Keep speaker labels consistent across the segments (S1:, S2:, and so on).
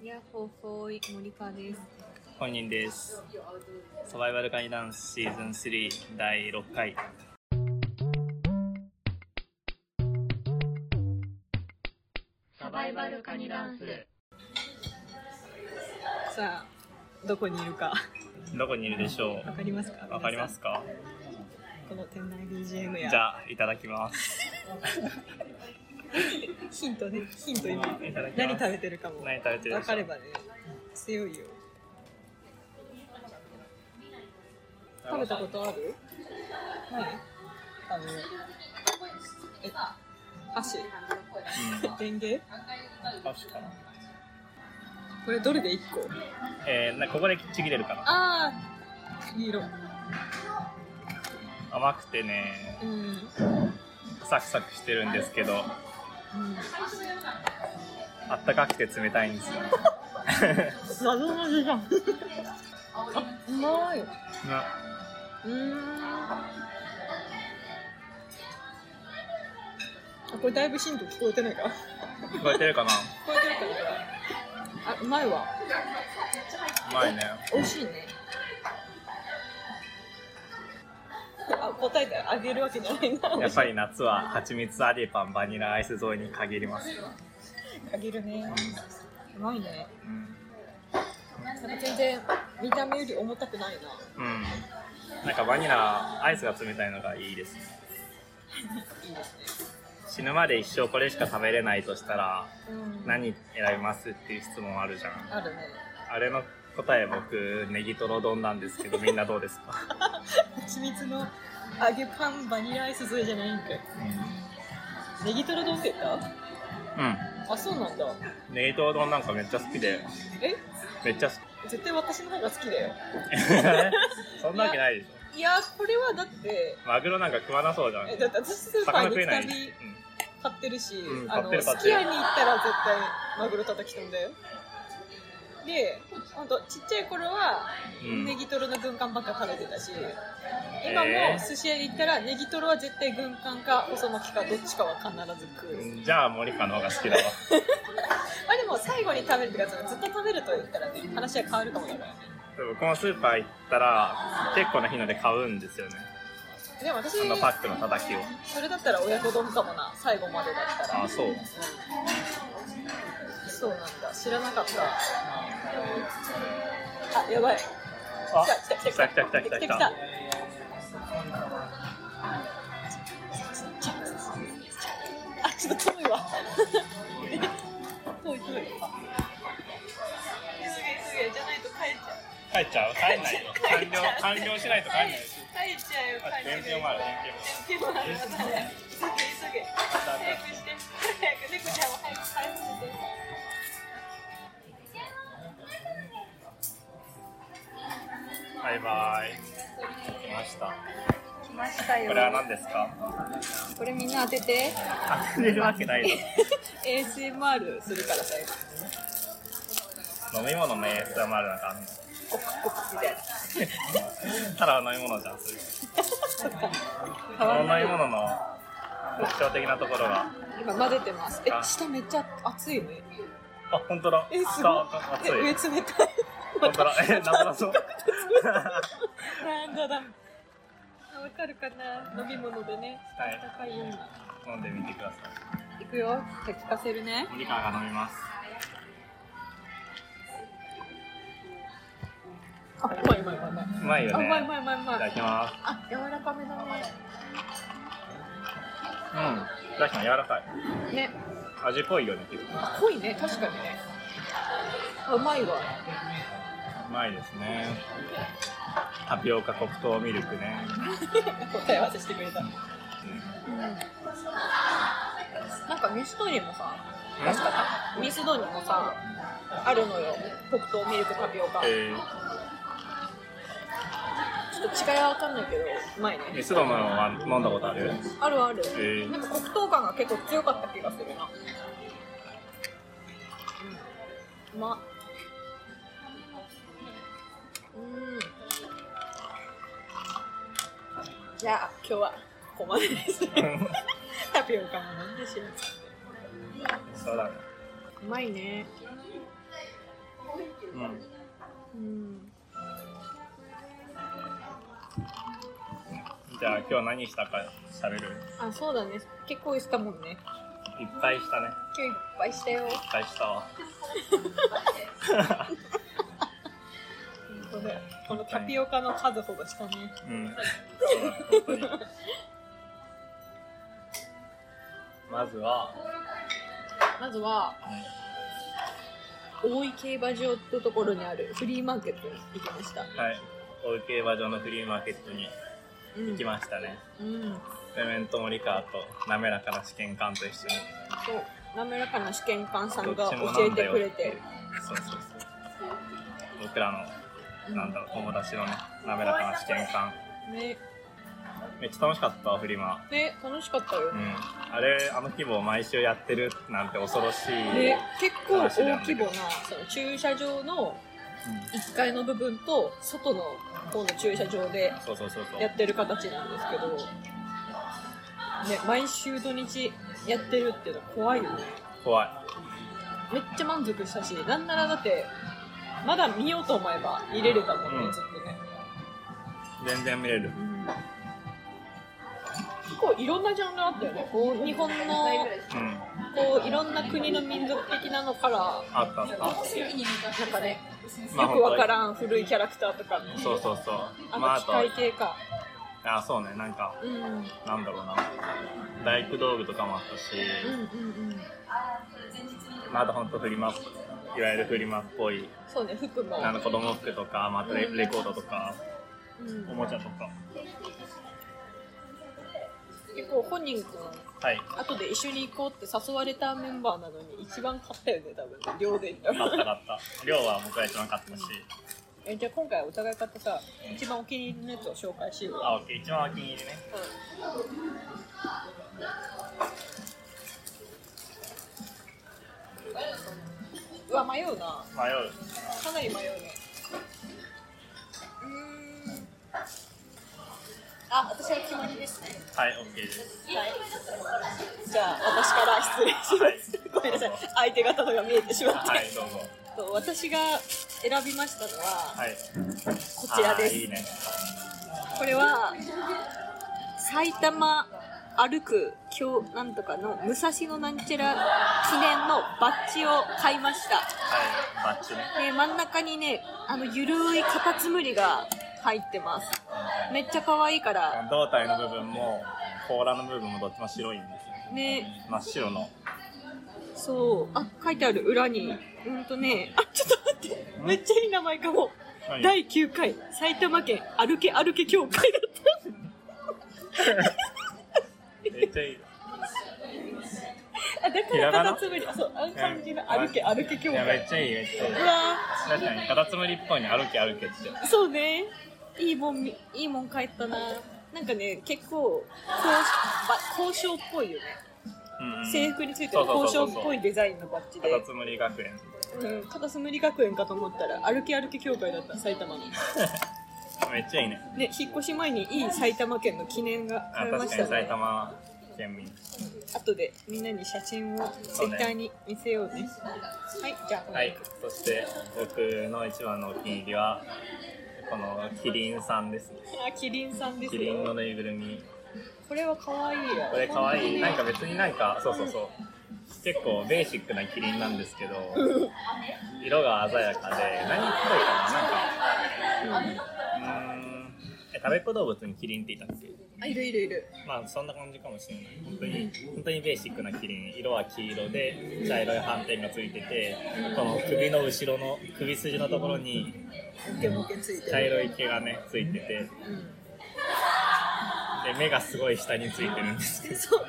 S1: いや、ほうほうい、森川です。
S2: 本人ですサバイバルガイダンスシーズン3第6回
S3: サバイバルカニダンス
S1: さあ、どこにいるか、
S2: どこにいるでしょ
S1: わかりますか。
S2: うわかりますか
S1: 皆さん。この店内 B. G. M. や。
S2: じゃあいただきます
S1: ヒントね、ヒント今
S2: いただ、きます
S1: 何食べてるかも。
S2: 何食べてるでしょう
S1: わかればね。強いよ。食べたことある。ない。あの。え。箸。
S2: うん
S1: レンゲ。
S2: 確かな
S1: これどれで一個。
S2: えー、なここでちぎれるかな
S1: ああ。黄色。
S2: 甘くてね
S1: うん。うん。
S2: サクサクしてるんですけどあったかくて冷たいんですよ
S1: 謎の味 が。あ、うまい。う
S2: な
S1: ーん。あ、これだいぶヒント聞こえてないか。聞
S2: 聞こえてるかな
S1: こえてるかな。あ、うまいわ。
S2: うまいね
S1: 美味しいね。あ、答えてあげるわけじゃないな。
S2: やっぱり夏は蜂蜜アディパンバニラアイス添えに限ります、
S1: あげるね。うまいね。
S2: うん
S1: なんか全然見た目より重たくないな。
S2: うん。なんかバニラ、アイスが冷たいのがいいですね。
S1: いいですね。
S2: 死ぬまで一生これしか食べれないとしたら、
S1: うん。
S2: 何選びますっていう質問あるじゃん。
S1: あるね。
S2: あれの答え僕、ネギトロ丼なんですけど、みんなどうですか
S1: 蜂蜜の揚げパンバニラアイスそれじゃないんかいネギトロ丼って言った
S2: う
S1: あそうなんだ
S2: ん。ネギトロ丼なんかめっちゃ好きで、
S1: え
S2: めっちゃ好き。
S1: 絶対私の方が好きだよ
S2: そんなわけないでしょ。
S1: いやこれはだって
S2: マグロなんか食わなそうじゃん
S1: え。だって私スーパ
S2: 魚
S1: ーに
S2: 食
S1: 行く
S2: えな
S1: た
S2: い。
S1: び
S2: うん
S1: 買ってるし、
S2: うん
S1: あ
S2: 買っ
S1: の
S2: てる買っ
S1: す
S2: て
S1: き
S2: る
S1: 家に行ったら絶対マグロ叩き込んだよでほんとちっちゃい頃は
S2: うん
S1: ネギトロの軍艦ばっか食べてたし、今
S2: え
S1: も
S2: ー
S1: 寿司屋に行ったらネギトロは絶対軍艦か細巻きかどっちかは必ず食う、
S2: じゃあ森川の方が好きだわ。
S1: まあでも最後に食べるってかそのずっと食べると言ったらね話は変わるかもだからね
S2: 僕もスーパー行ったら、結構な頻度で買うんですよね。
S1: でも私
S2: あのパックのたたきを。
S1: それだったら親子丼かもな最後までだったら
S2: あ、そう。
S1: うんそうなんだ知らなかったあやばい
S2: あ
S1: 来た来た来た
S2: 来た来た来た
S1: 来
S2: 来た
S1: たあちょっと遠いわ遠い遠いすげえすげえじゃないと帰っちゃう
S2: 帰っちゃう帰んないよ。完了、完了しないと帰んないよ。
S1: 帰っちゃうよ
S2: あ
S1: 帰っちゃう
S2: 伝票もある、
S1: 電球もあるまたね急げ急げ早くして早く猫ちゃんを早く帰らせて
S2: 伝票。バイバイ。来ました。
S1: 来ましたよ
S2: これは何ですか
S1: これみんな当てて
S2: あ、れるわけないよ。
S1: ASMR するから最後
S2: 飲み物の ASMR なんかあんの
S1: コクコクみたいな
S2: ただの飲み物じゃん、それ。
S1: 変わ
S2: こ
S1: ん
S2: の
S1: ない
S2: 飲み物の特徴的なところが。
S1: 今混ぜてますえ
S2: あ
S1: 下めっちゃ熱いね
S2: あ、本当だ。
S1: えす
S2: 下
S1: ご
S2: あ熱
S1: い
S2: い。
S1: え上冷たい
S2: 本当だ。え、謎だそう。
S1: なんだだわかるかな飲み物でね
S2: はい
S1: 高いような
S2: 飲んでみてください。
S1: いくよじゃあ聞かせるね
S2: 森川が飲みます。
S1: あうまいうまいうまいうまいう
S2: まいよ
S1: あう
S2: ね。
S1: まいうまいうまいうま
S2: い
S1: い
S2: ただきます。
S1: あ、柔らかめだ
S2: うん。確かに柔らかい。
S1: ね。ね、
S2: 味濃いよね、結構。
S1: 濃いね、確かにね。あうまいわ。
S2: うまいですねタピオカ黒糖ミルクね、
S1: 答え合わせしてくれた。なんかミスドにもさ、確かさミスドにもさ、あるのよ。黒糖ミルクタピオカ。ち
S2: え
S1: ょっと違いはわかんないけど、うまい
S2: ー、
S1: ね。
S2: ミスドのは飲んだことあ る
S1: あるある。
S2: えー
S1: なんか黒糖感が結構強かった気がするな。うん。うまっ。うん。じゃあ、今日はここまでです。タピオカも飲んでしまっ
S2: そうだね
S1: うまいね。
S2: じゃあ今日何したか喋る
S1: あそうだね結構したもんね
S2: いっぱいしたねいっ
S1: 今日いっぱいしたよ
S2: ぱいしたわ
S1: 本当だよこのタピオカの数ほどしたね
S2: うんそうだね本 当にまずは、
S1: まずは大井競馬場ってところにあるフリーマーケットに行きました
S2: はい大井競馬場のフリーマーケットに行き
S1: ま
S2: ましたね、
S1: すうん
S2: メメントモリカーと滑らかな試験官と一緒に
S1: そう滑らかな試験官さん
S2: どっ
S1: が
S2: ちも
S1: 教
S2: な
S1: え
S2: んだ
S1: て
S2: よ
S1: くれて
S2: そうそうそう僕らのなんだろう友達のね滑らかな試験官
S1: ね
S2: めっちゃ楽しかったわフリマ
S1: ね楽しかったよ
S2: うんあれあの規模を毎週やってるなんて恐ろしい、
S1: ね結構大規模なその駐車場の
S2: う
S1: 1階の部分と外の方の駐車場で
S2: んそうそうそうそう
S1: やってる形なんですけど、ね、毎週土日やってるっていうのは怖いよね
S2: 怖い
S1: めっちゃ満足したしなんならだってまだ見ようと思えば見れるだもんね、
S2: うん
S1: ずっとね、
S2: 全然見れる
S1: 結構いろんなジャンルあったよねこう日本の
S2: うん
S1: こういろんな国の民族的なのから
S2: あったあ
S1: な
S2: った
S1: んかね
S2: まあ
S1: よくわからん古いキャラクターとかね
S2: そうそうそうまあ
S1: あ
S2: あ
S1: と
S2: と
S1: 機械系か、
S2: あそうねなんか
S1: うん、うんうん
S2: なんだろうな大工道具とかもあったし、
S1: うんうん
S2: まあ、あとほんとフリマいわゆるフリマっぽい
S1: そうね服も、
S2: なんか子供服とか、まあ、あとレ
S1: うん
S2: レコードとか
S1: うん
S2: おもちゃとか
S1: 結構本人くん
S2: はい
S1: 後で一緒に行こうって誘われたメンバーなのに一番買ったよね多分寮で行った
S2: 買っ
S1: ら
S2: た買った量は僕は一番買ったし
S1: えじゃあ今回お互い買ってさ一番お気に入りのやつを紹介しよう
S2: あオッケー一番お気に入りね
S1: うわ迷うな
S2: 迷う
S1: かなり迷うねうーんあ私は決まりですね
S2: はいオッケーです
S1: はいじゃあ私から失礼します、ごめんなさい相手方のが見えてしまって、
S2: はいどうぞ
S1: と私が選びましたのは、
S2: はい
S1: こちらで
S2: あ
S1: す
S2: ーいいね
S1: これは埼玉歩く京なんとかの武蔵野なんちゃら記念のバッジを買いました
S2: はいバッチね
S1: で真ん中にねあのゆるいカタツムリが入ってますめっちゃ可愛いから
S2: 胴体の部分も甲羅の部分もどっちも白いんですよ
S1: ね
S2: 真っ 白の
S1: そうあ書いてある裏にうんとねあちょっと待ってめっちゃいい名前かも
S2: 何
S1: 第9回埼玉県歩け歩け協会だった
S2: めっちゃいい
S1: あだか
S2: ひら
S1: ら
S2: が
S1: カ
S2: な
S1: タツムリあそうあの感じの歩け歩け協
S2: いやめっ
S1: 会
S2: ちゃいいめっちゃいうい
S1: わー
S2: 確かにカタツムリっぽいね歩け歩けって
S1: そうね。いいもんみ、いいもん帰ったな。なんかね、結構、交渉ば交渉っぽいよね。
S2: うんうん
S1: 制服についてる交渉っぽいデザインのバッジ
S2: カ
S1: で
S2: タ。ツムリ学園
S1: うん、片隅り学園かと思ったら、歩き歩き協会だった、埼玉の。
S2: めっちゃいいね
S1: ね、引っ越し前にいい埼玉県の記念が
S2: あ
S1: 買えま
S2: 確
S1: し
S2: か
S1: た
S2: に埼
S1: ね。
S2: 玉県民
S1: 後でみんなに写真をツイッターに見せようね。はい、じゃあ、
S2: はい、そして僕の一番のお気に入りはこのキリンさんですね
S1: あ、キリンさんです
S2: キリンの
S1: よ。
S2: ぬいぐるみ
S1: これは可愛いよ。
S2: これかわいいなんか別になんかそうそうそう結構ベーシックなキリンなんですけど色が鮮やかで何っぽいかななんかうーんえ食べっ子動物にキリンっていたっけ
S1: あ、いるいるいる。
S2: まあそんな感じかもしれない本当に本当にベーシックなキリン色は黄色で茶色い斑点がついててこの首の後ろの首筋のところに
S1: ボケボケついて
S2: 茶
S1: る。
S2: 色い毛がねついててで
S1: うん
S2: 目がすごい下についてるんですけ
S1: そう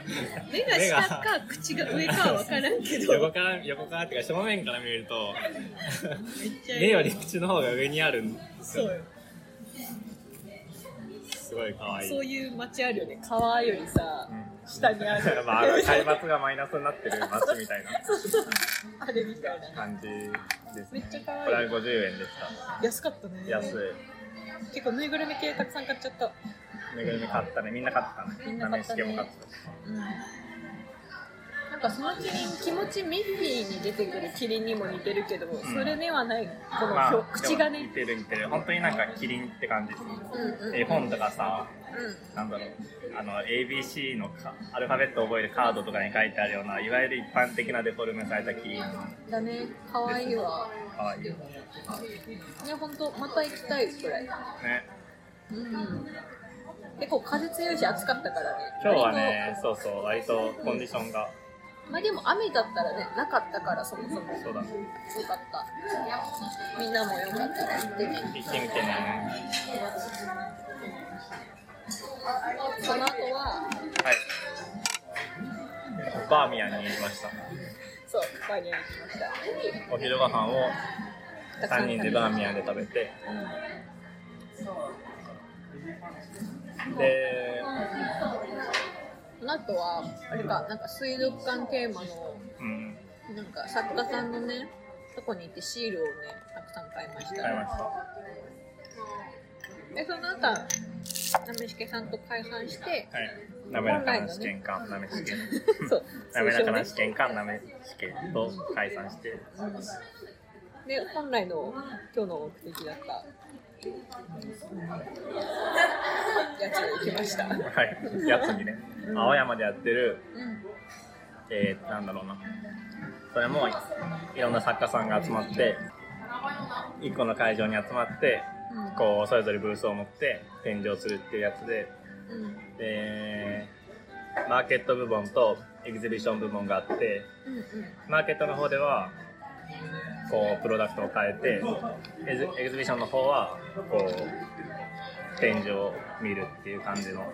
S1: 目が下か口が上かは分からんけ
S2: ど
S1: ど
S2: 横から横からっていうか正面から見ると
S1: めっちゃ
S2: 目より口の方が上にあるんです
S1: そう
S2: よ
S1: よ
S2: すごい可愛い
S1: そういう街あるよね川よりさ
S2: うん
S1: 下にある
S2: まあ海抜がマイナスになってる街みたいな
S1: あれみたいな
S2: 感じです
S1: め
S2: ね
S1: っちゃ可愛い
S2: これは50円でした
S1: 安かったね
S2: 安い
S1: 結構ぬいぐるみ系たくさん買っちゃった
S2: めぐるみ買ったねみんな買ったね
S1: みんな買ったね
S2: 試し系も買ったし
S1: うんなんかかそのキリン気持ちミッフィーに出てくるキリンにも似てるけど、それではないこの
S2: ま
S1: 表、
S2: あ、
S1: 口が
S2: 似
S1: ね
S2: てる似てる本当になんかキリンって感じですね
S1: うんうん
S2: 絵本とかさ
S1: うん
S2: なんだろうあの ABC のかアルファベットを覚えるカードとかに書いてあるようないわゆる一般的なデフォルメされたキリンか
S1: だね可愛いわ
S2: わいいね
S1: ね本当また行きたいくらいうん結構風強いし暑かったからね
S2: 今日は
S1: 割
S2: ねそうそう割とコンディションが
S1: とまあでも雨だったらねなかったからそもそもよか
S2: そうだね
S1: ったみんなもよかったら行ってみる
S2: 行ってみてね
S1: その後は
S2: はいバーミヤンに行きました
S1: そうバーニャに来ました
S2: お昼ご飯を
S1: たくさん
S2: 3人でバーミヤンで食べてで
S1: その後はあれかなんか水族館テーマの
S2: うん
S1: なんか作家さんのねとこに行ってシールをねたくさん買いました
S2: 買いました
S1: でその後なめしけさんと会談 して
S2: はい。滑らかな試験官、なめ試験。
S1: そう
S2: 滑らかな
S1: ね
S2: 試験官、なめ試験と解散して、
S1: で本来の今日の目的だったやつに行きましたうん
S2: はい。やつにね、青山でやってる、えー、なんだろうな。それも、いろんな作家さんが集まって、一個の会場に集まって、
S1: うん
S2: こう、それぞれブースを持って展示をするっていうやつで、
S1: うん
S2: で、マーケット部門とエキシビション部門があって、
S1: うん
S2: マーケットの方ではこうプロダクトを変えてエズエキシビションの方はこう展示を見るっていう感じの、
S1: うんうんうん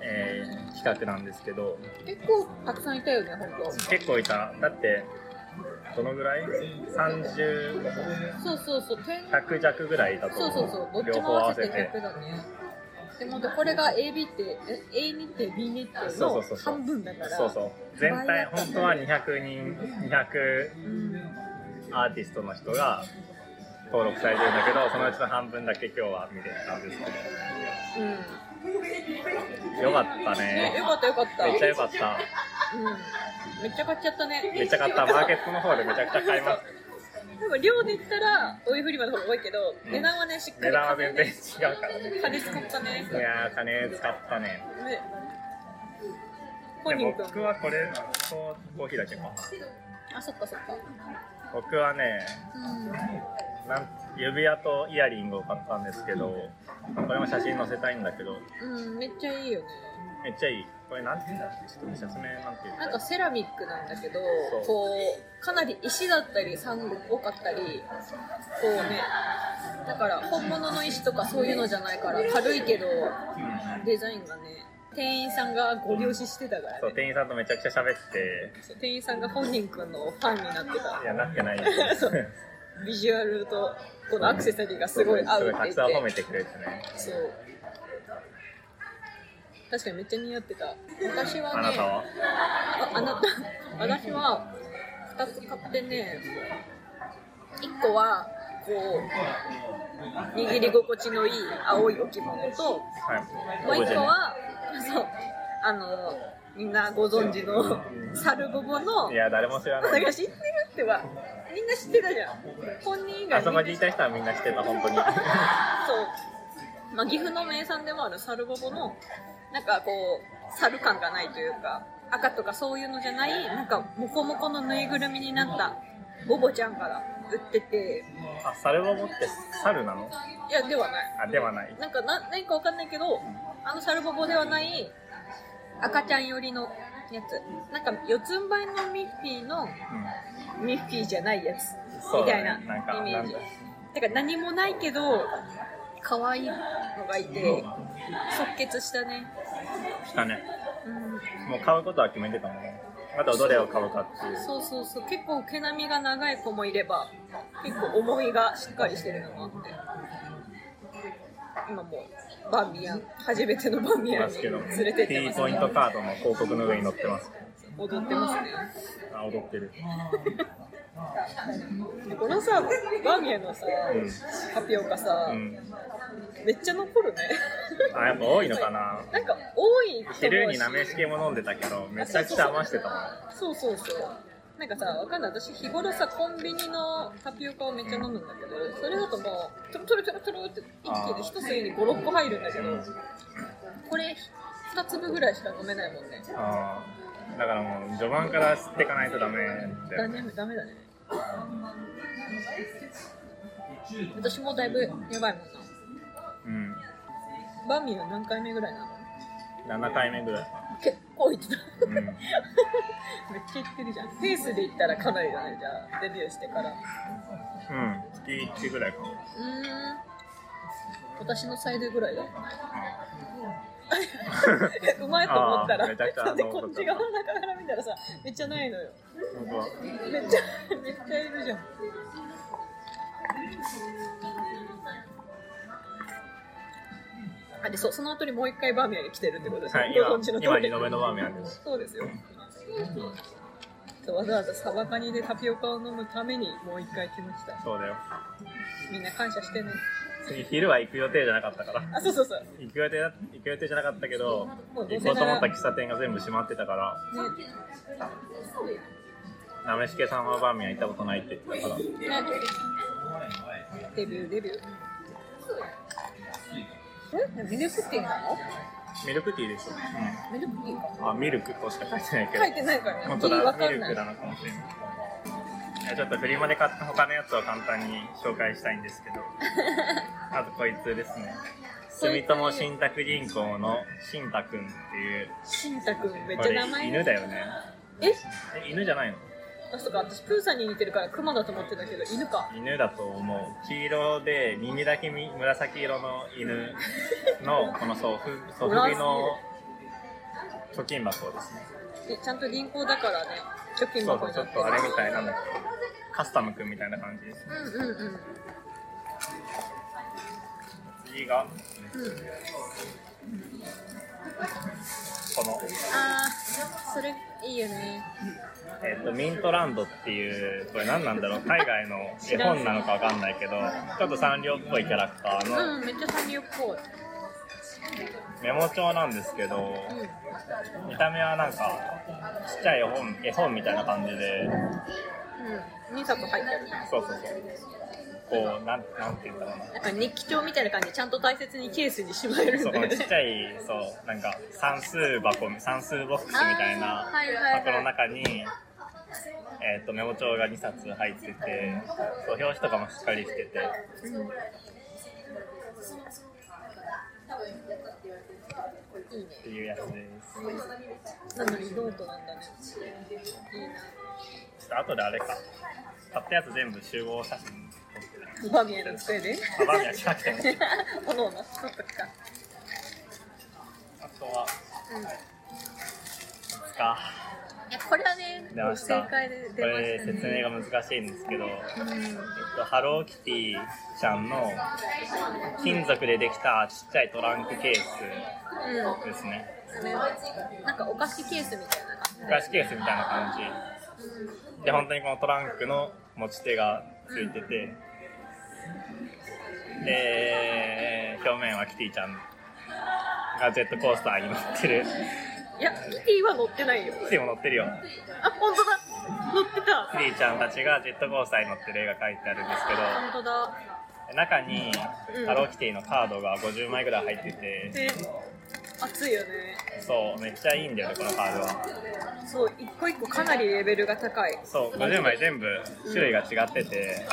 S2: えー企画なんですけど
S1: 結構たくさんいたよね本
S2: 結構いただってどのぐらい ?30、
S1: 当そうそうそう天
S2: 100弱ぐらいだと
S1: そう
S2: 思
S1: そうそう、どっちも
S2: 両方合
S1: 合
S2: わ
S1: わ
S2: せ
S1: せて
S2: て
S1: 100だね。でもこれが AB って、え A 日程、B 日程
S2: そう
S1: の
S2: そうそうそう
S1: 半分だから。
S2: そうそう全体本当は200人200
S1: うん。
S2: アーティストの人が登録されてるんだけどそのうちの半分だけ今日は見てたんですけどよかった
S1: ね、
S2: ね
S1: よかったよかった。
S2: めっちゃ良かった
S1: うん。めっちゃ買っちゃったね。
S2: めっちゃ買ったマーケットの方でめちゃくちゃ買います
S1: でも量で言ったら、お湯振り場の方が多いけど、
S2: うん
S1: 値段はね、しっかり。
S2: 値段は全然違うからね
S1: 金使ったね。
S2: いやー金使ったね
S1: ね。本
S2: で
S1: 人
S2: 僕
S1: 君。
S2: はこれとコーヒーだけか
S1: あ、そっかそっか。
S2: 僕はね
S1: うん。
S2: なん指輪とイヤリングを買ったんですけどこれも写真載せたいんだけど
S1: うん、めっちゃいいよね。
S2: めっちゃいいこれなんて言うんだろうちょっと説明なんて言うんだ
S1: なん
S2: ろ
S1: か
S2: う
S1: セラミックなんだけど
S2: そう
S1: こうかなり石だったりサンゴ多かったりこうねだから本物の石とかそういうのじゃないから軽いけど
S2: うん
S1: デザインがね店員さんがご了承してたから
S2: そう
S1: ね
S2: 店員さんとめちゃくちゃ喋って
S1: 店員さんが本人くんのファンになってた
S2: いやなってないよ
S1: そうビジュアルとこのアクセサリーがすごい合う
S2: すごいた
S1: って言
S2: くさん褒
S1: っ
S2: め
S1: て
S2: てくれてね
S1: そう確かにめっちゃ似合ってた私は
S2: あな
S1: ね
S2: たは
S1: ああなた私は2つ買ってね1個はこう握り心地のいい青い置物ともう
S2: はい
S1: 1個はそうあのみんなご存知のサルボボの
S2: いや誰も知ら
S1: だ
S2: な
S1: か
S2: い
S1: ら知ってるってはみんな知ってたじゃん本人以
S2: あ
S1: 外み
S2: そ
S1: ん
S2: こ
S1: な
S2: に
S1: 知っ
S2: い
S1: て
S2: た人はみんな知ってた本当に
S1: そう、まあ、岐阜の名産でもあるサルボボのなんかこう猿感がないというか赤とかそういうのじゃないなんかモコモコのぬいぐるみになったボボちゃんから売ってて
S2: あ、サルボボって猿なの
S1: いやではない
S2: あ、ではない。
S1: なんかな何かわかんないけどあのサルボボではない赤ちゃん寄りのやつなんか四つん這いのミッフィーの
S2: う
S1: ミッフィーじゃないやつ
S2: ん。
S1: み
S2: そう
S1: た
S2: だ
S1: い
S2: ね。なんか、
S1: なイメ
S2: な
S1: ー
S2: ん
S1: ジ
S2: だ。
S1: だから何もないけど可愛いのがいて即決したね
S2: したね。
S1: うん
S2: もう買うことは決めてたもんね。あと、どれを買うかっていう。
S1: そうそうそう結構毛並みが長い子もいれば結構思いがしっかりしてるのもあって今もうバンビヤン初めてのバンビ
S2: い
S1: ヤ
S2: ま
S1: ン
S2: す
S1: に
S2: けど、
S1: 連れてってま
S2: T
S1: す
S2: ポイントカードの広告の上に載ってます。
S1: 踊ってますね
S2: あ、踊ってる。
S1: でこのさバンビヤンのさ
S2: うん
S1: 発表がさ、
S2: うん。
S1: めっちゃ残るね
S2: あやっぱ多いのかな
S1: なんか多いと思うし
S2: 昼になめし系も飲んでたけどめちゃくちゃ余してたもん
S1: そうそうそうなんかさわかんない私日頃さコンビニのタピオカをめっちゃ飲むんだけどそれだともうトロトロトロトロって一気に一吸いに56個入るんだけどこれ2粒ぐらいしか飲めないもんね
S2: あーだからもう序盤から吸っていかないとダメって
S1: ダメダメだね私もだいぶやばいもんな
S2: うん
S1: バミは何回目ぐらいなの
S2: 7回目ぐらい
S1: 結構いってた
S2: うんうん
S1: めっちゃいってるじゃんペースでいったらかなりだねじゃあデビューしてからう
S2: 月1ぐらいかも
S1: ーん私の最大ぐ らいだうまいと思った
S2: あ
S1: ら
S2: ーめちゃくちゃ
S1: でこっち側の中から見たらさめっちゃないのよ
S2: 本
S1: めっちゃめっちゃいるじゃんあでそうその後にもう一回バーミヤンに来てるってことです
S2: 当
S1: ね、
S2: はい
S1: ご存知の
S2: 今
S1: 通
S2: 今
S1: り
S2: 二度目のバーミヤンです
S1: そうですよそうわざわざサバカニでタピオカを飲むためにもう一回来ました
S2: そうだよ
S1: みんな感謝してね
S2: 次昼は行く予定じゃなかったから
S1: あそうそうそうね
S2: 行く予定だ行く予定じゃなかったけど
S1: もうどう
S2: 行
S1: せ
S2: こう
S1: な
S2: と思
S1: ら
S2: った喫茶店が全部閉まってたからなめしけさんはバーミヤン行ったことないって言ってたから
S1: ねデビューデビューえミルクティーなの
S2: ミルクティーですよ、
S1: ミルクティーか
S2: うん、あミルクとしか書いてないけど
S1: 書いてないからね
S2: 本
S1: テ
S2: 当
S1: ィーわ
S2: だ
S1: か
S2: ミ
S1: ん
S2: ル
S1: ない
S2: クだなかもしれないちょっとフリマで買った他のやつを簡単に紹介したい んですけどあとこいつですね住友信託銀行の信太くんっていう
S1: しんたくんめっ
S2: こ
S1: ちゃ
S2: れ
S1: 名前
S2: 犬だよね
S1: え
S2: え犬じゃないの
S1: あそうか私プーさんに似てるからクマだと思ってたけど犬か
S2: 犬だと思う黄色で耳だけみ紫色の犬のこの祖父祖父母の貯金箱ですね
S1: えちゃんと銀行だからね貯金
S2: そう
S1: 箱
S2: そう
S1: に
S2: ち
S1: な
S2: ょ
S1: っ
S2: ってとあれみたい
S1: い
S2: なんだけどカスタムくんみたいな感じですね
S1: うんうんうん
S2: 次が
S1: うん
S2: この
S1: あーそれいいよね
S2: えっとミントランドっていうこれ何なんだろう海外の絵本なのかわかんないけどちょっとサンリオっぽいキャラクターの
S1: うんめっちゃサンリオっぽい
S2: メモ帳なんですけど
S1: う
S2: 見た目はなんかちっちゃい絵本絵本みたいな感じで
S1: んうん2冊入ってる
S2: そうそうそうこうなんなんて言うんだろうな
S1: なんか日記帳みたいな感じでちゃんと大切にケースにしまえる
S2: そ
S1: ん
S2: うこ
S1: だよ
S2: のちっ
S1: ね
S2: ちゃいそうなんか算数箱算数ボックスみたいな
S1: あーはいはいはい
S2: 箱の中に、えっとメモ帳が2冊入っててそう表紙とかもしっかりしてて
S1: いいね
S2: っていうやつです
S1: なのにノートなんだね
S2: ちょっと後であれか買ったやつ全部集合写真撮って
S1: いいなバミヤの机で
S2: あバーミ ヤンじゃなくても
S1: おのおのそっかそっか
S2: あとは
S1: うん
S2: か
S1: いやこれはね
S2: 出ました
S1: 正解で
S2: こ
S1: 出ま
S2: れ
S1: した
S2: 説
S1: ね
S2: 明が難しいんですけど、えっ
S1: うん
S2: と、ハローキティちゃんの金属でできたちっちゃいトランクケース
S1: うん
S2: ですね
S1: あれなんかお菓子ケースみたいな感じ
S2: お菓子ケースみたいな感じで本当にこのトランクの持ち手がついててで表面はキティちゃんがジェットコースターに乗ってる
S1: いやキティは乗ってないよ
S2: キティも乗ってるよ
S1: あ本当だ乗ってた
S2: キティちゃんたちがジェットコースターに乗ってる絵が描いてあるんですけど
S1: 本当だ
S2: 中に
S1: うん
S2: ハローキティのカードが50枚ぐらい入ってて
S1: で熱いよね
S2: そうめっちゃいいんだよねこのカードは
S1: そう一個一個かなりレベルが高い
S2: そう50枚全部種類が違ってて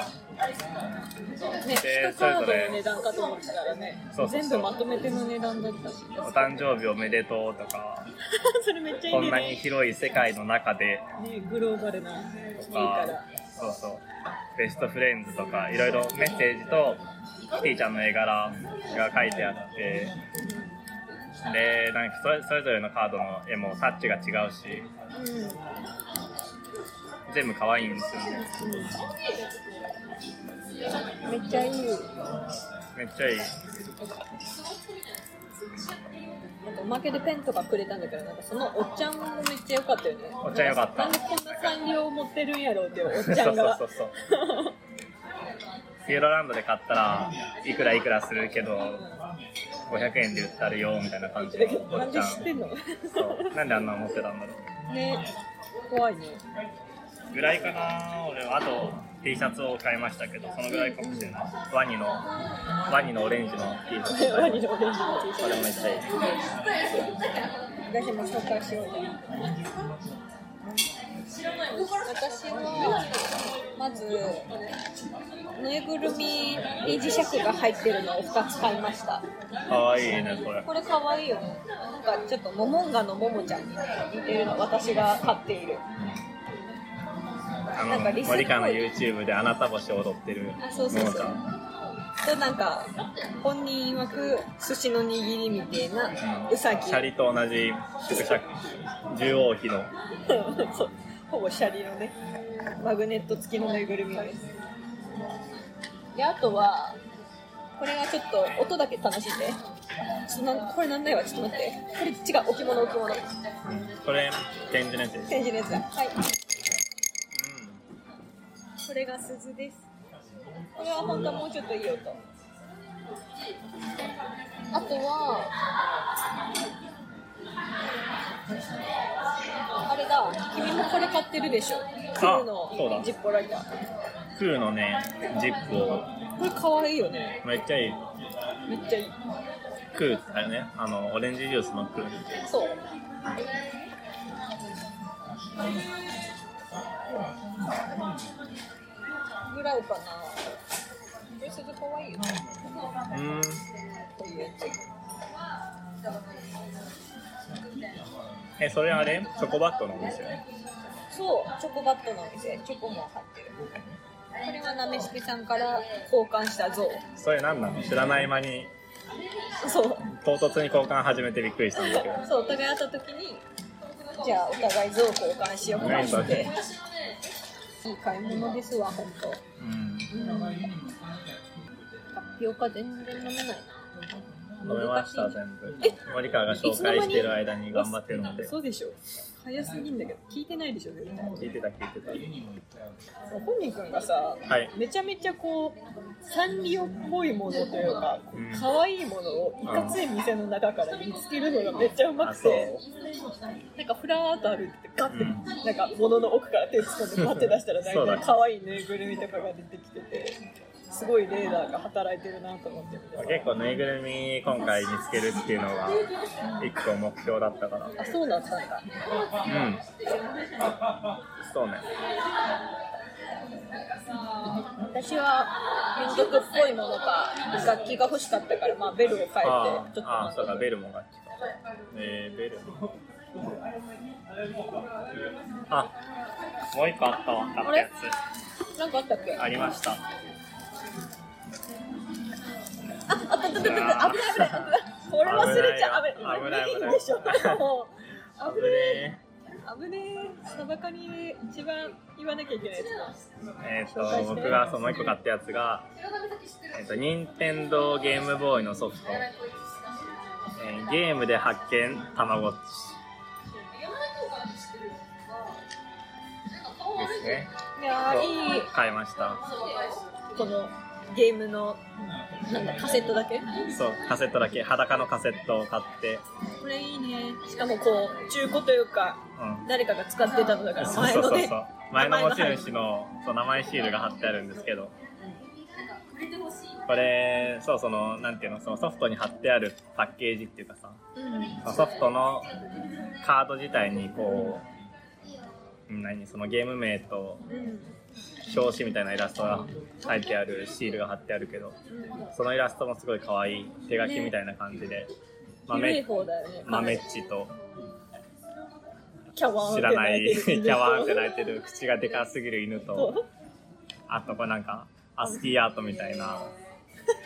S1: ね
S2: で
S1: 一カード
S2: それぞ
S1: の
S2: れ
S1: 値段かと思ったらね
S2: そうそうそう
S1: 全部まとめての値段だったし
S2: お誕生日おめでとうとか
S1: それめっちゃい
S2: こ
S1: い
S2: ん
S1: ね
S2: なに広い世界の中で
S1: ねグローバルないいから
S2: そうそうベストフレンズとかいろいろメッセージとキティちゃんの絵柄が書いてあってでなんかそれそれぞれのカードの絵もタッチが違うし
S1: う
S2: 全部可愛いんですよね
S1: んめっちゃいい
S2: めっちゃいい
S1: なんかおまけでペンとかくれたんだけどなんかそのおっちゃんもめっちゃ良かったよね
S2: おっちゃん良かった
S1: な んでこんなサンリオ持ってるんやろうっておっちゃんが
S2: そうそうそうピューロランドで買ったらいくらいくらするけど500円で売ってあるよみたいな感じのお
S1: な
S2: っ
S1: ん
S2: ち
S1: で
S2: ゃん
S1: 知ってんの
S2: そうなんであんなの持ってたんだろ
S1: ね怖いね
S2: うぐらいかな俺はあと T シャツを買いましたけどそのぐらいかもしれないワニのワニのオレンジの T シャツ
S1: ワニのオレンジの T シ
S2: これ
S1: ャ
S2: もめっちゃいい
S1: ツ私も紹介しようかな私はまずぬいぐるみに磁石が入ってるのを2つ買いました
S2: かわいいねこれ
S1: これかわいいよねなんかちょっとモモンガのモモちゃんに似てるの私が飼っている
S2: あ
S1: なんか
S2: の
S1: リスっぽい
S2: 森川の YouTube であなた星を踊ってる
S1: あそうそうそう
S2: ももちゃ
S1: と
S2: ん
S1: なんか本人曰く寿司の握りみたいなウサギ
S2: シャリと同じ縮尺縦横比の
S1: そうほぼシャリのねマグネット付きのぬいぐるみですであとはこれはちょっと音だけ楽しんでちょっとなんこれなんないわちょっと待ってこれ違う置物置物
S2: これ展示のやつです、
S1: 展示のやつだはい
S2: うん
S1: これが鈴ですこれは本当はもうちょっといい音あとはあれだ君もこれ買ってるでしょ黒
S2: そう
S1: の
S2: だ
S1: ジッポーライター
S2: クーのねジップを
S1: これ可愛いよね。
S2: めっちゃいい
S1: めっちゃいい。
S2: クーあれねあのオレンジジュースのクー
S1: そう。ぐらいかな。これ鈴可愛いよね。
S2: うん
S1: こういうやつ。
S2: えそれあれチョコバットのお店
S1: そう、チョコバットのお店、チョコも入ってる。これはなめしきさんから交換した像。
S2: それ何なの知らない間に
S1: そう。
S2: 唐突に交換始めてびっくりしたんだけど
S1: そう、お互い会った時に、じゃあお互い像交換しようか
S2: ねそ
S1: っ
S2: れ
S1: て。いい買い物ですわ、本当。
S2: うん
S1: タピオカ全然飲めないな。
S2: 飲めました全部森川が
S1: い
S2: 紹
S1: つの
S2: 介
S1: 間
S2: し
S1: に
S2: てる間に頑張ってるので
S1: そうでしょ早すぎんだけど聞いてないでしょ絶対
S2: 聞いてた聞いて
S1: 本人くんがさ
S2: たはい
S1: めちゃめちゃこうサンリオっぽいものというか
S2: うん
S1: 可愛いものをいかつい店の中から見つけるのがめっちゃうま
S2: あ
S1: く
S2: そう
S1: てなんかフラーっと歩いててガッて、
S2: うん
S1: なんか物の奥から手突っ込んでパッて出したら
S2: そ
S1: 大
S2: うだ
S1: 体可愛いぬいぐるみとかが出てきててすごいレーダーが働いてるなと思って見てま
S2: 結構ぬいぐるみ今回見つけるっていうのが一個目標だったから
S1: すあそうだったんだ
S2: うんそうね
S1: 私は民族っぽいものか楽器が欲しかったから、まあ、ベルを変えてちょ
S2: あ
S1: っ
S2: ー
S1: と
S2: あーそうかベ
S1: ル
S2: ルも楽器かえー、ベルあもう一個あったわ買ったや
S1: なんかあったっけ
S2: つありましたあ
S1: ああったあったあったあった危ない危ない危ないこれ忘れちゃ危ない
S2: 危ない
S1: い
S2: 危ない
S1: んでしょもう危
S2: ぶ
S1: ね
S2: ね
S1: え危ねえ砂漠に一番言わなきゃいけないやつ
S2: えー、と僕がそのもう一個買ったやつが、えー、と任天堂ゲームボーイのソフト、えーゲームで発見たまごっちですね
S1: いやーいい
S2: 買いました
S1: このゲームのなんだカセットだけ
S2: そうカセットだけ裸のカセットを買って、
S1: これいいねしかもこう中古というか
S2: うん
S1: 誰かが使ってたのだから
S2: そう
S1: 前
S2: そう
S1: の
S2: そう
S1: ね
S2: そう前の持ち主のそう名前シールが貼ってあるんですけどこれそうそのなんていうのそのソフトに貼ってあるパッケージっていうかさ
S1: うん
S2: ソフトのカード自体にこううん何そのゲーム名と
S1: うん
S2: 表紙みたいなイラストが書いてあるシールが貼ってあるけどそのイラストもすごい可愛い手書きみたいな感じで
S1: 広い
S2: 豆
S1: 方だよね。
S2: 豆っちと
S1: キャワーン
S2: 知らない キャワーンって鳴
S1: い。
S2: いてる口がでかすぎる犬とあとこれなんかアスキーアートみたいな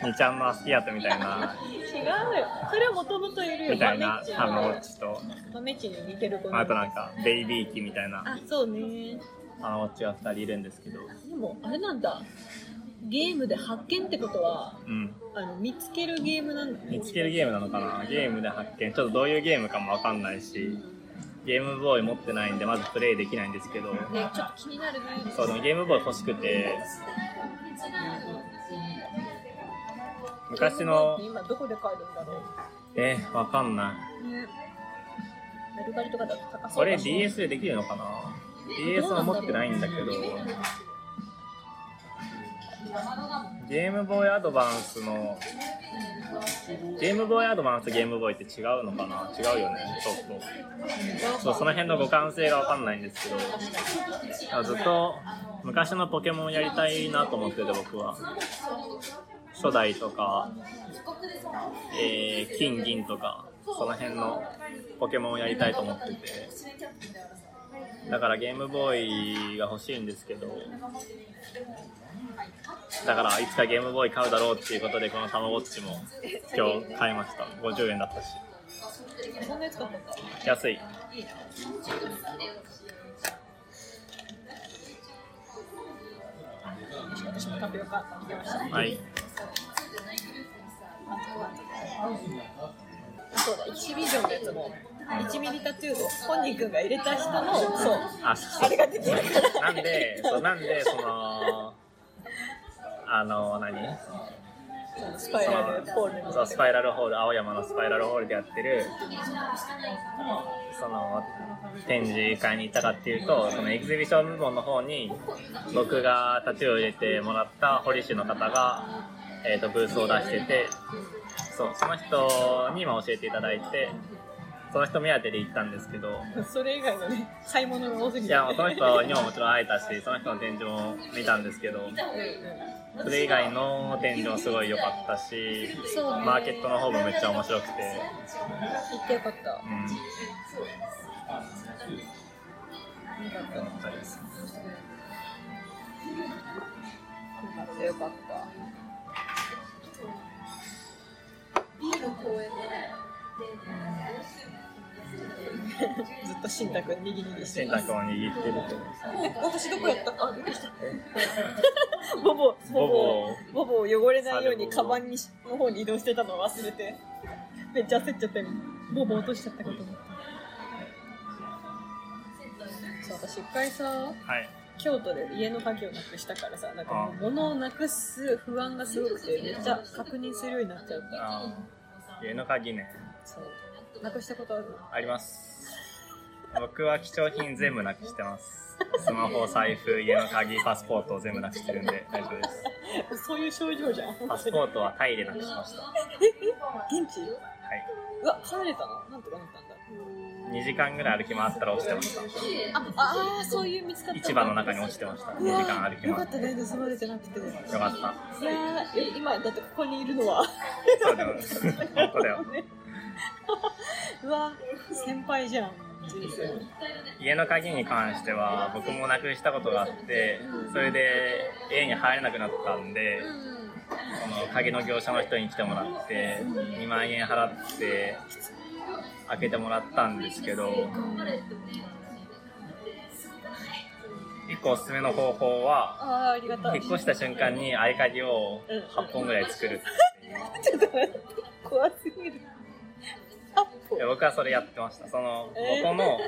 S2: 2ちゃんのアスキーアートみたいな
S1: 違うよ。それはもともといるよ。
S2: みたいなタマゴ
S1: 豆
S2: ッチと
S1: 豆チに似てる子
S2: あとなんかベイビー機みたいな
S1: あ、そうね。
S2: タマゴッチが2人いるんですけど
S1: でも、あれなんだ。ゲームで発見ってことは、
S2: うん
S1: あの見つけるゲームなんだね。
S2: 見つけるゲームなのかなゲームで発見ちょっとどういうゲームかもわかんないしゲームボーイ持ってないんでまずプレイできないんですけど
S1: ね、ちょっと気になるね。
S2: そうでもゲームボーイ欲しくて昔の
S1: キリンの前って今どこで買えるんだろ
S2: えー、わかんな
S1: うねメルカリとかだと高そうだ
S2: い
S1: し
S2: これ DS でできるのかな DS は持ってないんだけどゲームボーイアドバンスのゲームボーイアドバンスとゲームボーイって違うのかな違うよねちょっとそうその辺の互換性が分かんないんですけどずっと昔のポケモンやりたいなと思ってて僕は初代とか、えー金銀とかその辺のポケモンをやりたいと思っててだからゲームボーイが欲しいんですけどだからいつかゲームボーイ買うだろうっていうことでこのたまごっちも今日買いました50円だったし
S1: そんなやつ買ったんだ
S2: 安い
S1: いいな私もタピオカ買ってきました
S2: はい
S1: そうだ、1ビジョンのやつも、1ミリタトゥーの本人くんが入れた人の、そう、
S2: あそ
S1: あ
S2: うそう
S1: れが出てるから。
S2: なんで、そうなんで、その、あの、何
S1: スパイラルホールに。
S2: そうスパイラルホール、青山のスパイラルホールでやってる、その、展示会に行ったかっていうと、そのエキシビション部門の方に、僕がタトゥーを入れてもらった堀市の方が、えー、とブースを出してて、そう、その人に今教えていただいて、その人目当てで行ったんですけど、
S1: それ以外のね、買い物が多すぎ
S2: い
S1: て。
S2: や、もうその人にももちろん会えたし、その人の展示も見たんですけど、それ以外の展示もすごい良かったし、
S1: そうね
S2: マーケットの方もめっちゃ面白くて、
S1: 行ってよかった。よ
S2: うん、
S1: かった。よ
S2: 良かったです。
S1: かった。よかった。ずっとしんたくん右にぎして
S2: 洗
S1: ます
S2: 濯。を握ってると。
S1: え私どこやったか。ボボ、ボ
S2: ボボ
S1: ボ
S2: を、
S1: ボボを汚れないように
S2: あれボボ
S1: カバンにしの方に移動してたのを忘れて、めっちゃ焦っちゃって、ボボ落としちゃったかと思った。そう私一回さ
S2: はい。
S1: 京都で家の鍵をなくしたからさなんかも
S2: あ
S1: う物をなくす不安がすごくてめっちゃ確認するようになっちゃった
S2: あの家の鍵ね、
S1: そうなくしたことある
S2: あります。僕は貴重品全部なくしてます。スマホ、財布、家の鍵、パスポートを全部なくしてるんで大丈夫です。
S1: そういう症状じゃん
S2: パスポートはタイでなくしました。は
S1: 現地
S2: い。
S1: うわ離れたのなんとかなったんだ
S2: 2時間ぐらい歩き回ったら落ちてました
S1: ああーそういう見つかった
S2: 市場の中に落ちてました2
S1: うわ
S2: 時間歩き
S1: よか
S2: 回っ
S1: った
S2: て
S1: ね盗まれてなくていや
S2: よかった
S1: ーえ今だってここにいるのは
S2: そうだよ本当だよ
S1: うわ先輩じゃん人生
S2: 家の鍵に関しては僕もなくしたことがあってそれで家に入れなくなったんでその鍵の業者の人に来てもらって2万円払って開けてもらったんですけど1個おすすめの方法は
S1: ああありがたい
S2: 引っ越した瞬間に合鍵を8本ぐらい作るっていう
S1: ちょっと待って怖すぎるあっ
S2: いや僕はそれやってましたその
S1: えー
S2: 僕も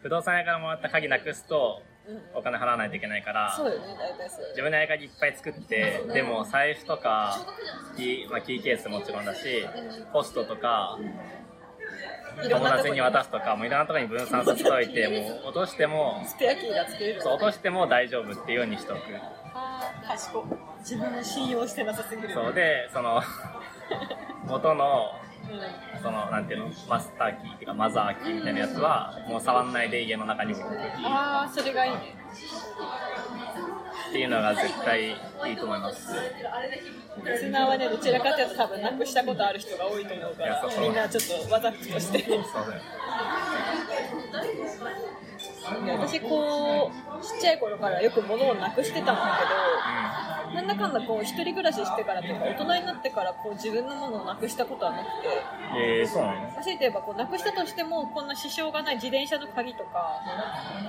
S2: 不動産屋からもらった鍵なくすと
S1: うんうん
S2: お金払わないといけないから
S1: そうよね大体そう
S2: 自分の合鍵いっぱい作ってでも財布とかキー,、まあ、キーケースもちろんだしポストとか
S1: いろんな
S2: 友
S1: とこ
S2: 達に渡すとかもういろんなとこに分散させといてもう落としても
S1: スペアキーが作れる
S2: そう落としても大丈夫っていうようにしとく
S1: あー賢い自分を信用してなさすぎる
S2: そうでその元の
S1: う
S2: そのなんていうのマスターキーっていうかマザーキーみたいなやつはもう触んないで家の中に置いとく
S1: んああそれがいいね
S2: っていうのが絶対いいと思います。
S1: リスナーはね、どちらかというと多分なくしたことある人が多いと思うか
S2: い
S1: ら
S2: やそうそう
S1: みんなちょっとわざとして
S2: そうだよ
S1: 私こうちっちゃい頃からよく物をなくしてたんだけどなんだかんだこう一人暮らししてからというか大人になってからこう自分のものをなくしたことはなくて
S2: えー、そうなの
S1: 強いて言えばこうなくしたとしてもこんな支障がない自転車の鍵とか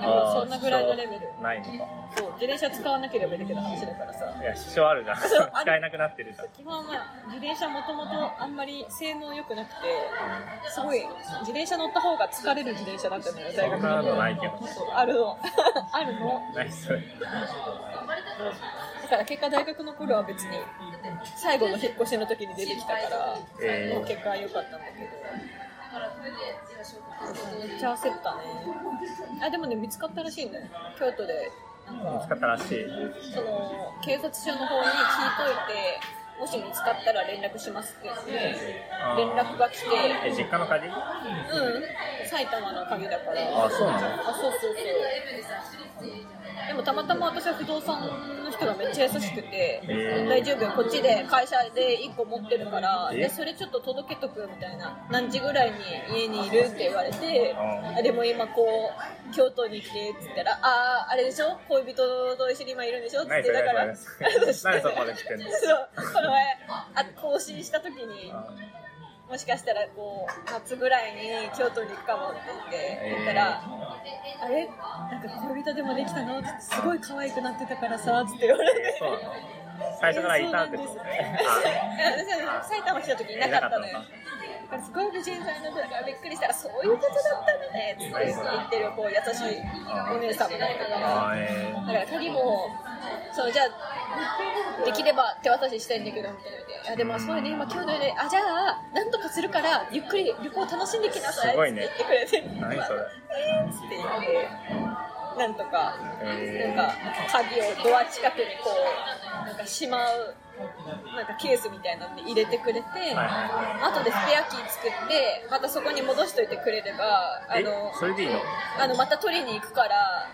S2: あー
S1: そんなぐらいのレベル
S2: 支障ないのか
S1: そう自転車使わなければいいだけの話だからさ
S2: いや支障あるじゃん
S1: そうある
S2: 使えなくなってるじゃん
S1: 基本は自転車もともとあんまり性能良くなくてすごい自転車乗った方が疲れる自転車だったのよ大
S2: そ
S1: 学
S2: んな
S1: の
S2: の
S1: 頃
S2: ないけど
S1: あるのあるの
S2: ないそれ
S1: から結果大学の頃は別に最後の引っ越しの時に出てきたから、
S2: えー
S1: もう結果は良かったんだけどめっちゃ焦ったねあでもね見つかったらしいんだよ京都で
S2: 見つかったらしい。
S1: その警察署の方に聞いといてもし見つかったら連絡しますって言って
S2: あー
S1: 連絡が来て
S2: え、実家の鍵
S1: うん埼玉の鍵だから
S2: あ、そうなの
S1: あそうそうそうでもたまたま私は不動産の人がめっちゃ優しくて、
S2: えー
S1: 大丈夫よこっちで会社で1個持ってるから
S2: え
S1: でそれちょっと届けとくよみたいな何時ぐらいに家にいるって言われて
S2: あ
S1: あでも今こう京都に来てっつったらあああれでしょ恋人と一緒に今いるんでしょっつって
S2: 何それ
S1: だから
S2: 何それ
S1: 知ってる
S2: 何そこで来てんの
S1: そうこの前あ更新した時に
S2: あ
S1: もしかしたらこう夏ぐらいに京都に行くかもって言って言ったら、あれなんか恋人でもできたのって言ってすごい可愛くなってたからさって言われ
S2: え
S1: て。
S2: そうなの最初からいたってこ
S1: え
S2: と
S1: そう
S2: ね
S1: なんです
S2: あ
S1: 埼玉来た時いなかったのよ
S2: いなか
S1: だからすごい美人さんだったからびっくりしたらそういうことだったのねって言ってるこう優しいお姉さんだったか
S2: あ
S1: ら
S2: あえ
S1: だから鍵もそうじゃあできれば手渡ししたいんだけどみたいなのでいやでもそうね今京都であじゃあなんとかするからゆっくり旅行楽しんできなさい
S2: す
S1: っ
S2: ごい
S1: て言
S2: ね
S1: ってくれて
S2: 何 それ
S1: えーっつって言ってなんとか
S2: えー
S1: なんか鍵をドア近くにこうなんかしまうなんかケースみたいなのに入れてくれて、
S2: いはいは
S1: 後でスペアキー作ってまたそこに戻しといてくれればあ
S2: え
S1: の
S2: それでいいの
S1: あのまた取りに行くから。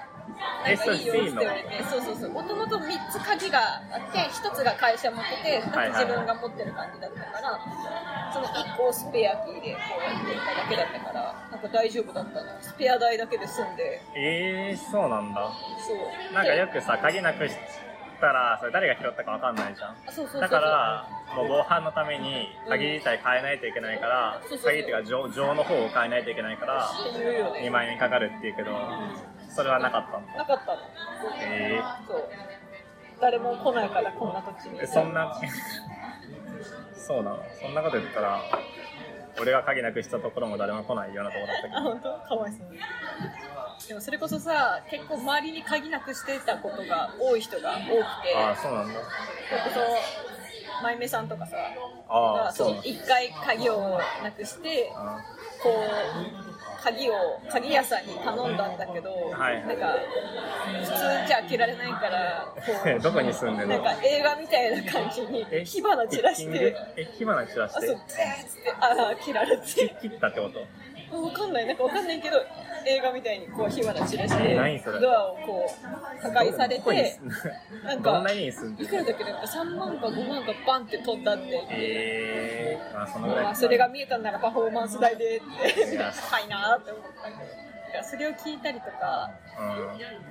S1: な
S2: え
S1: んかいいよって言われ
S2: それで
S1: て、そうそうそう。もともと三つ鍵があって、一つが会社持ってて、
S2: はい
S1: 二つ
S2: はい
S1: 自分が持ってる感じだったから、その一個をスペアキーでこうやっていただけだったから、なんか大丈夫だったの。スペア代だけで済んで、
S2: えー、そうなんだ
S1: そう。
S2: なんか
S1: で
S2: よくさ鍵なくしたらそれ誰が拾ったかわかんないじゃん
S1: あそうそうそうそう
S2: だからもう防犯のために鍵自体変えないといけないから、
S1: そうそうそう
S2: 鍵っていうか錠錠の方を変えないといけないから
S1: って言うよ
S2: 2
S1: ね。
S2: 万円かかるっていうけどそれはなかったんだ
S1: なかったの。
S2: え
S1: そう。誰も来ないから、こんな土地
S2: ー、え
S1: に。
S2: そんなそうなのそんなこと言ったら俺が鍵なくしたところも誰も来ないようなところだったけ
S1: あ、
S2: ど
S1: 本当？かわいそうに。でもそれこそさ、結構周りに鍵なくしてたことが多い人が多くて、
S2: ああそうなんだ
S1: それこそ、まゆめさんとかさ、
S2: あ
S1: が
S2: あそう
S1: その
S2: なんだ
S1: 一回鍵をなくして、
S2: あ
S1: こう鍵を鍵屋さんに頼んだんだけど、
S2: はい
S1: なんか普通じゃ開けられないからこ
S2: ー
S1: う
S2: どこに住んでる
S1: なん
S2: の
S1: か映画みたいな感じに
S2: え
S1: 火花散らし
S2: ピッキング
S1: て。
S2: え火花散ら
S1: あ
S2: し
S1: そう、
S2: て
S1: ブーッつって、ああ、切られて、
S2: 切ったってこと
S1: わかんない、なんかわかんないけど、映画みたいにこう火花散らし
S2: え何そ
S1: て、
S2: れ
S1: ドアをこう、破壊され
S2: どこに
S1: て
S2: 住、んで
S1: なん
S2: どん
S1: か
S2: な、家に住んで
S1: い
S2: る
S1: くらだっけなんか3万か5万かバンって飛んだって、
S2: えー、まあそのぐらい
S1: まあ、それが見えたんならパフォーマンス代でって
S2: いや
S1: 高いなって思ったけどいやそれを聞いたりとか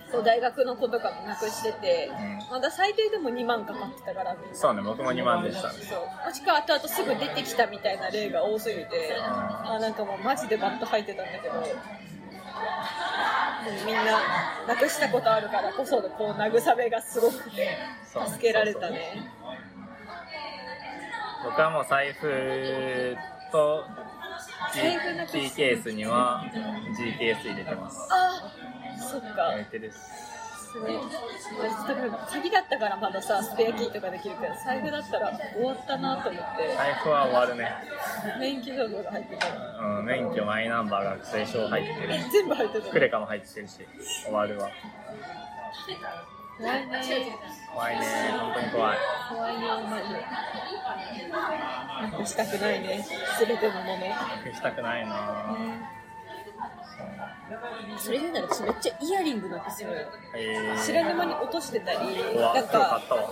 S2: う
S1: そう大学の子とかもなくしてて
S2: う
S1: まだ最低でも2万かかってたからみん
S2: ん
S1: な
S2: そうね僕も2万でしたね
S1: そうもしくは後々すぐ出てきたみたいな例が多すぎて
S2: あ
S1: あなんかもうマジでバット入ってたんだけどでもみんななくしたことあるからこそのこう慰めがすごくて
S2: そう
S1: 助けられたね
S2: 僕はもう財布と
S1: 財布なく
S2: G, G ケースには G ケース入れてます
S1: あそっか
S2: 入れてです
S1: すごい私だから鍵だったからまださスペアキーとかできるけど財布だったら終わったなと思って
S2: 財布は終わるね、
S1: 免許証が入ってたら
S2: うん、免許マイナンバー学生証入ってるし
S1: 全部入ってた
S2: クレカも入ってるし終わるわ
S1: 怖いね
S2: 怖いね本当に怖い
S1: 怖いねマジでなくしたくないね全てのものね
S2: 隠したくないな
S1: それで言うなら私めっちゃイヤリングなくすのよ
S2: えー、
S1: 知らぬ間に落としてたり
S2: 怖
S1: な
S2: っ
S1: ん
S2: 今日買
S1: か
S2: ったわ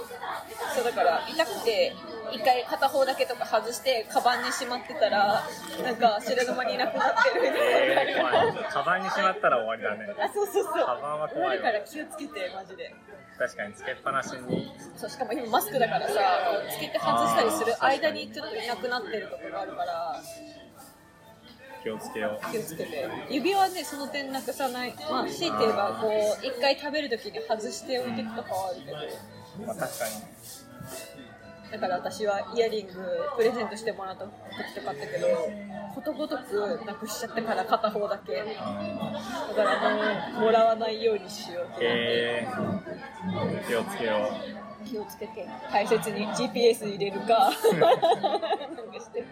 S1: そうだから痛くて一回片方だけとか外してカバンにしまってたらなんか知らぬ間にいなくなってるみたいな
S2: えー、怖いカバンにしまったら終わりだね
S1: あそうそうそう
S2: カバンは怖いわ
S1: なるから気をつけてマジで
S2: 確かにつけっぱなしに
S1: そうしかも今マスクだからさこうつけて外したりする間にちょっといなくなってるとこがあるから
S2: 気をつけよ
S1: 気をつけて指はねその点なくさないまあ強いて言えばこう一回食べるときに外しておいてとかはあるけど
S2: う、まあ、確かに
S1: だから私はイヤリングプレゼントしてもらった時とかあったけどことごとくなくしちゃったから片方だけだ
S2: あ
S1: からもうもらわないようにしようと思って
S2: えー、気をつけよう
S1: 気をつけて大切に GPS 入れるかなんかしてる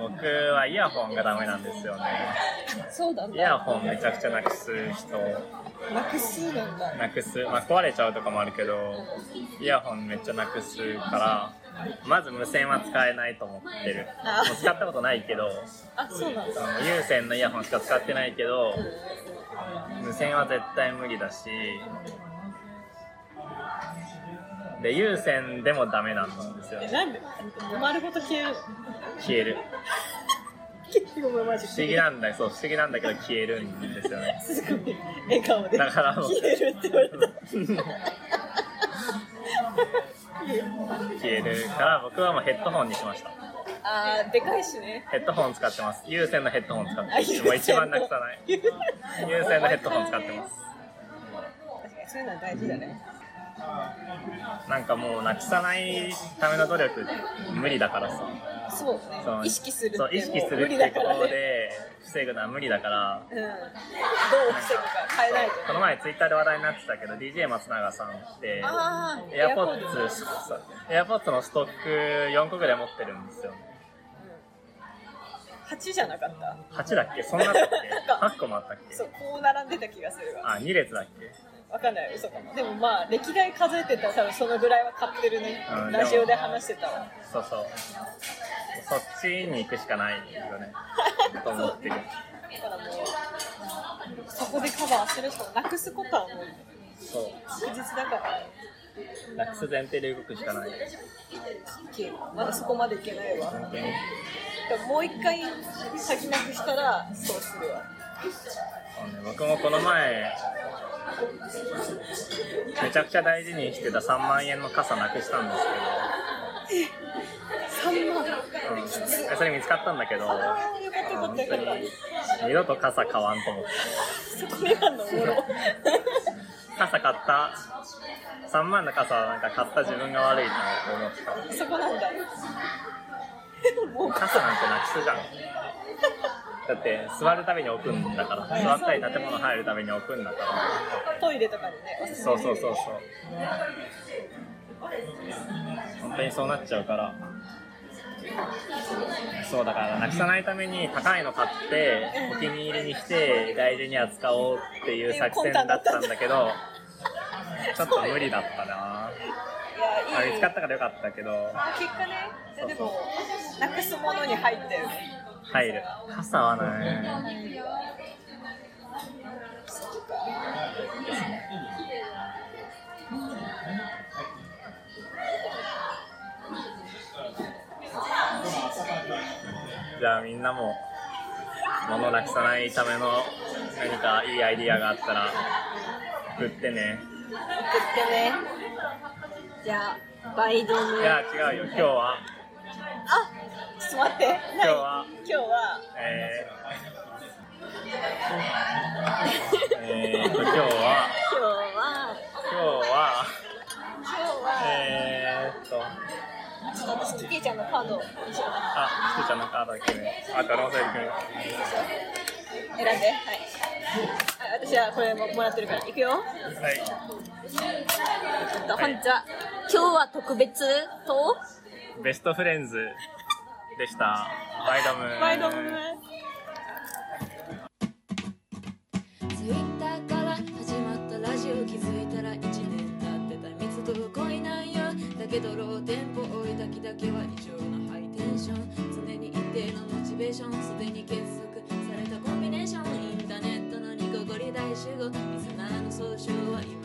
S2: 僕はイヤホンがダメなんですよね
S1: そうなん
S2: イ
S1: だ
S2: ヤホンめちゃくちゃなくす人
S1: なくすなんだ
S2: なくすまあ壊れちゃうとかもあるけどイヤホンめっちゃなくすからまず無線は使えないと思ってる
S1: あ
S2: もう使ったことないけど
S1: あそうなんだ
S2: あの有線のイヤホンしか使ってないけど無線は絶対無理だしで有線でもダメなんですよ
S1: え
S2: ね
S1: なんで丸ごと消える
S2: 消える
S1: 結構マジ
S2: 不思議なんだそう不思議なんだけど消えるんですよね
S1: すごい笑顔で
S2: だからもう
S1: 消えるって言われた
S2: 消えるから僕はもうヘッドホンにしました
S1: あーでかいしね
S2: ヘッドホン使ってます有線のヘッドホン使って
S1: あ
S2: ますもう一番なく さない
S1: 有線の
S2: 有線のヘッドホン使ってます
S1: 確かにそういうのは大事だね
S2: なんかもうなくさないための努力無理だからさ
S1: そう
S2: その
S1: ね意識するって
S2: そう意識す
S1: もう
S2: る
S1: 無
S2: って
S1: 理
S2: い
S1: だ
S2: う
S1: か
S2: こ
S1: ら
S2: と
S1: ね
S2: で防ぐのは無理だから
S1: うんどう防ぐか変えないと
S2: この前ツイッターで話題になってたけど DJ 松永さんって
S1: あー
S2: エアポッ
S1: エアポッ
S2: ツエアポッツのストック4個ぐらい持ってるんですよ
S1: 8じゃなかった
S2: 8だっけそんなだっ け
S1: なんか
S2: 8個もあったっけ
S1: そうこう並んでた気がするわ
S2: あ2列だっけ
S1: わかんない嘘かもでもまあ歴代数えてたら多分そのぐらいは買ってるね
S2: うん
S1: ラジオで話してたわ
S2: そうそうそっちに行くしかないよ ねと思ってる
S1: だからもうそこでカバーするしかなくすことはもう
S2: そ
S1: 確実だから
S2: うなくす前提で動くしかない
S1: まだそこまでいけないわ
S2: 本当に
S1: でももう一回先なくしたらそうするわ
S2: そうね、僕もこの前めちゃくちゃ大事にしてた3万円の傘なくしたんです
S1: 3万
S2: けど、うん、それ見つかったんだけど
S1: ああよかったよかっ
S2: 本
S1: たよか
S2: 当
S1: っ
S2: に二度と傘買わんと思って
S1: たそこで今のおもろ
S2: 傘買った3万の傘はなんか買った自分が悪いなと思ってた
S1: そこなんだもう
S2: 傘なんてなくすじゃんだって座るために置くんだから座ったり建物入るために置くんだから
S1: トイレとかにねおすすめ
S2: そうそうそうそう本当にそうなっちゃうからそうだからなくさないために高いの買ってお気に入りにして大事に扱おうっていう作戦だったんだけどちょっと無理だったないあ
S1: やいい
S2: 見つかったからよかったけど
S1: 結果ねいやでもなくすものに入ったよね
S2: 入る傘はねじゃあみんなも物なくさないための何かいいアイディアがあったら送ってね
S1: 送ってねじゃあバイドの
S2: いや違うよ今日
S1: あ
S2: は
S1: ちょっと待って
S2: 今日は
S1: 何今日は
S2: えー、えーと今日は
S1: 今日は
S2: 今日は
S1: 今日は、
S2: えー、っと
S1: ちょっと私キティちゃんのカードを一緒に
S2: あキティちゃんのカード決めあとローサイル決め
S1: 選んではいあ私はこれももらってるからいくよ
S2: はい
S1: えっと
S2: はい
S1: 本日は今日は特別と
S2: ベストフレンズでしたバイドムー
S1: バイドム
S4: ツイッターから始まったラジオ気づいたら1年経ってた密度が濃いなんよだけどローテンポ追いだきだけは異常なハイテンション常に一定のモチベーションすでに結束されたコンビネーションインターネットのニコゴリ大集合リスナーの総称は今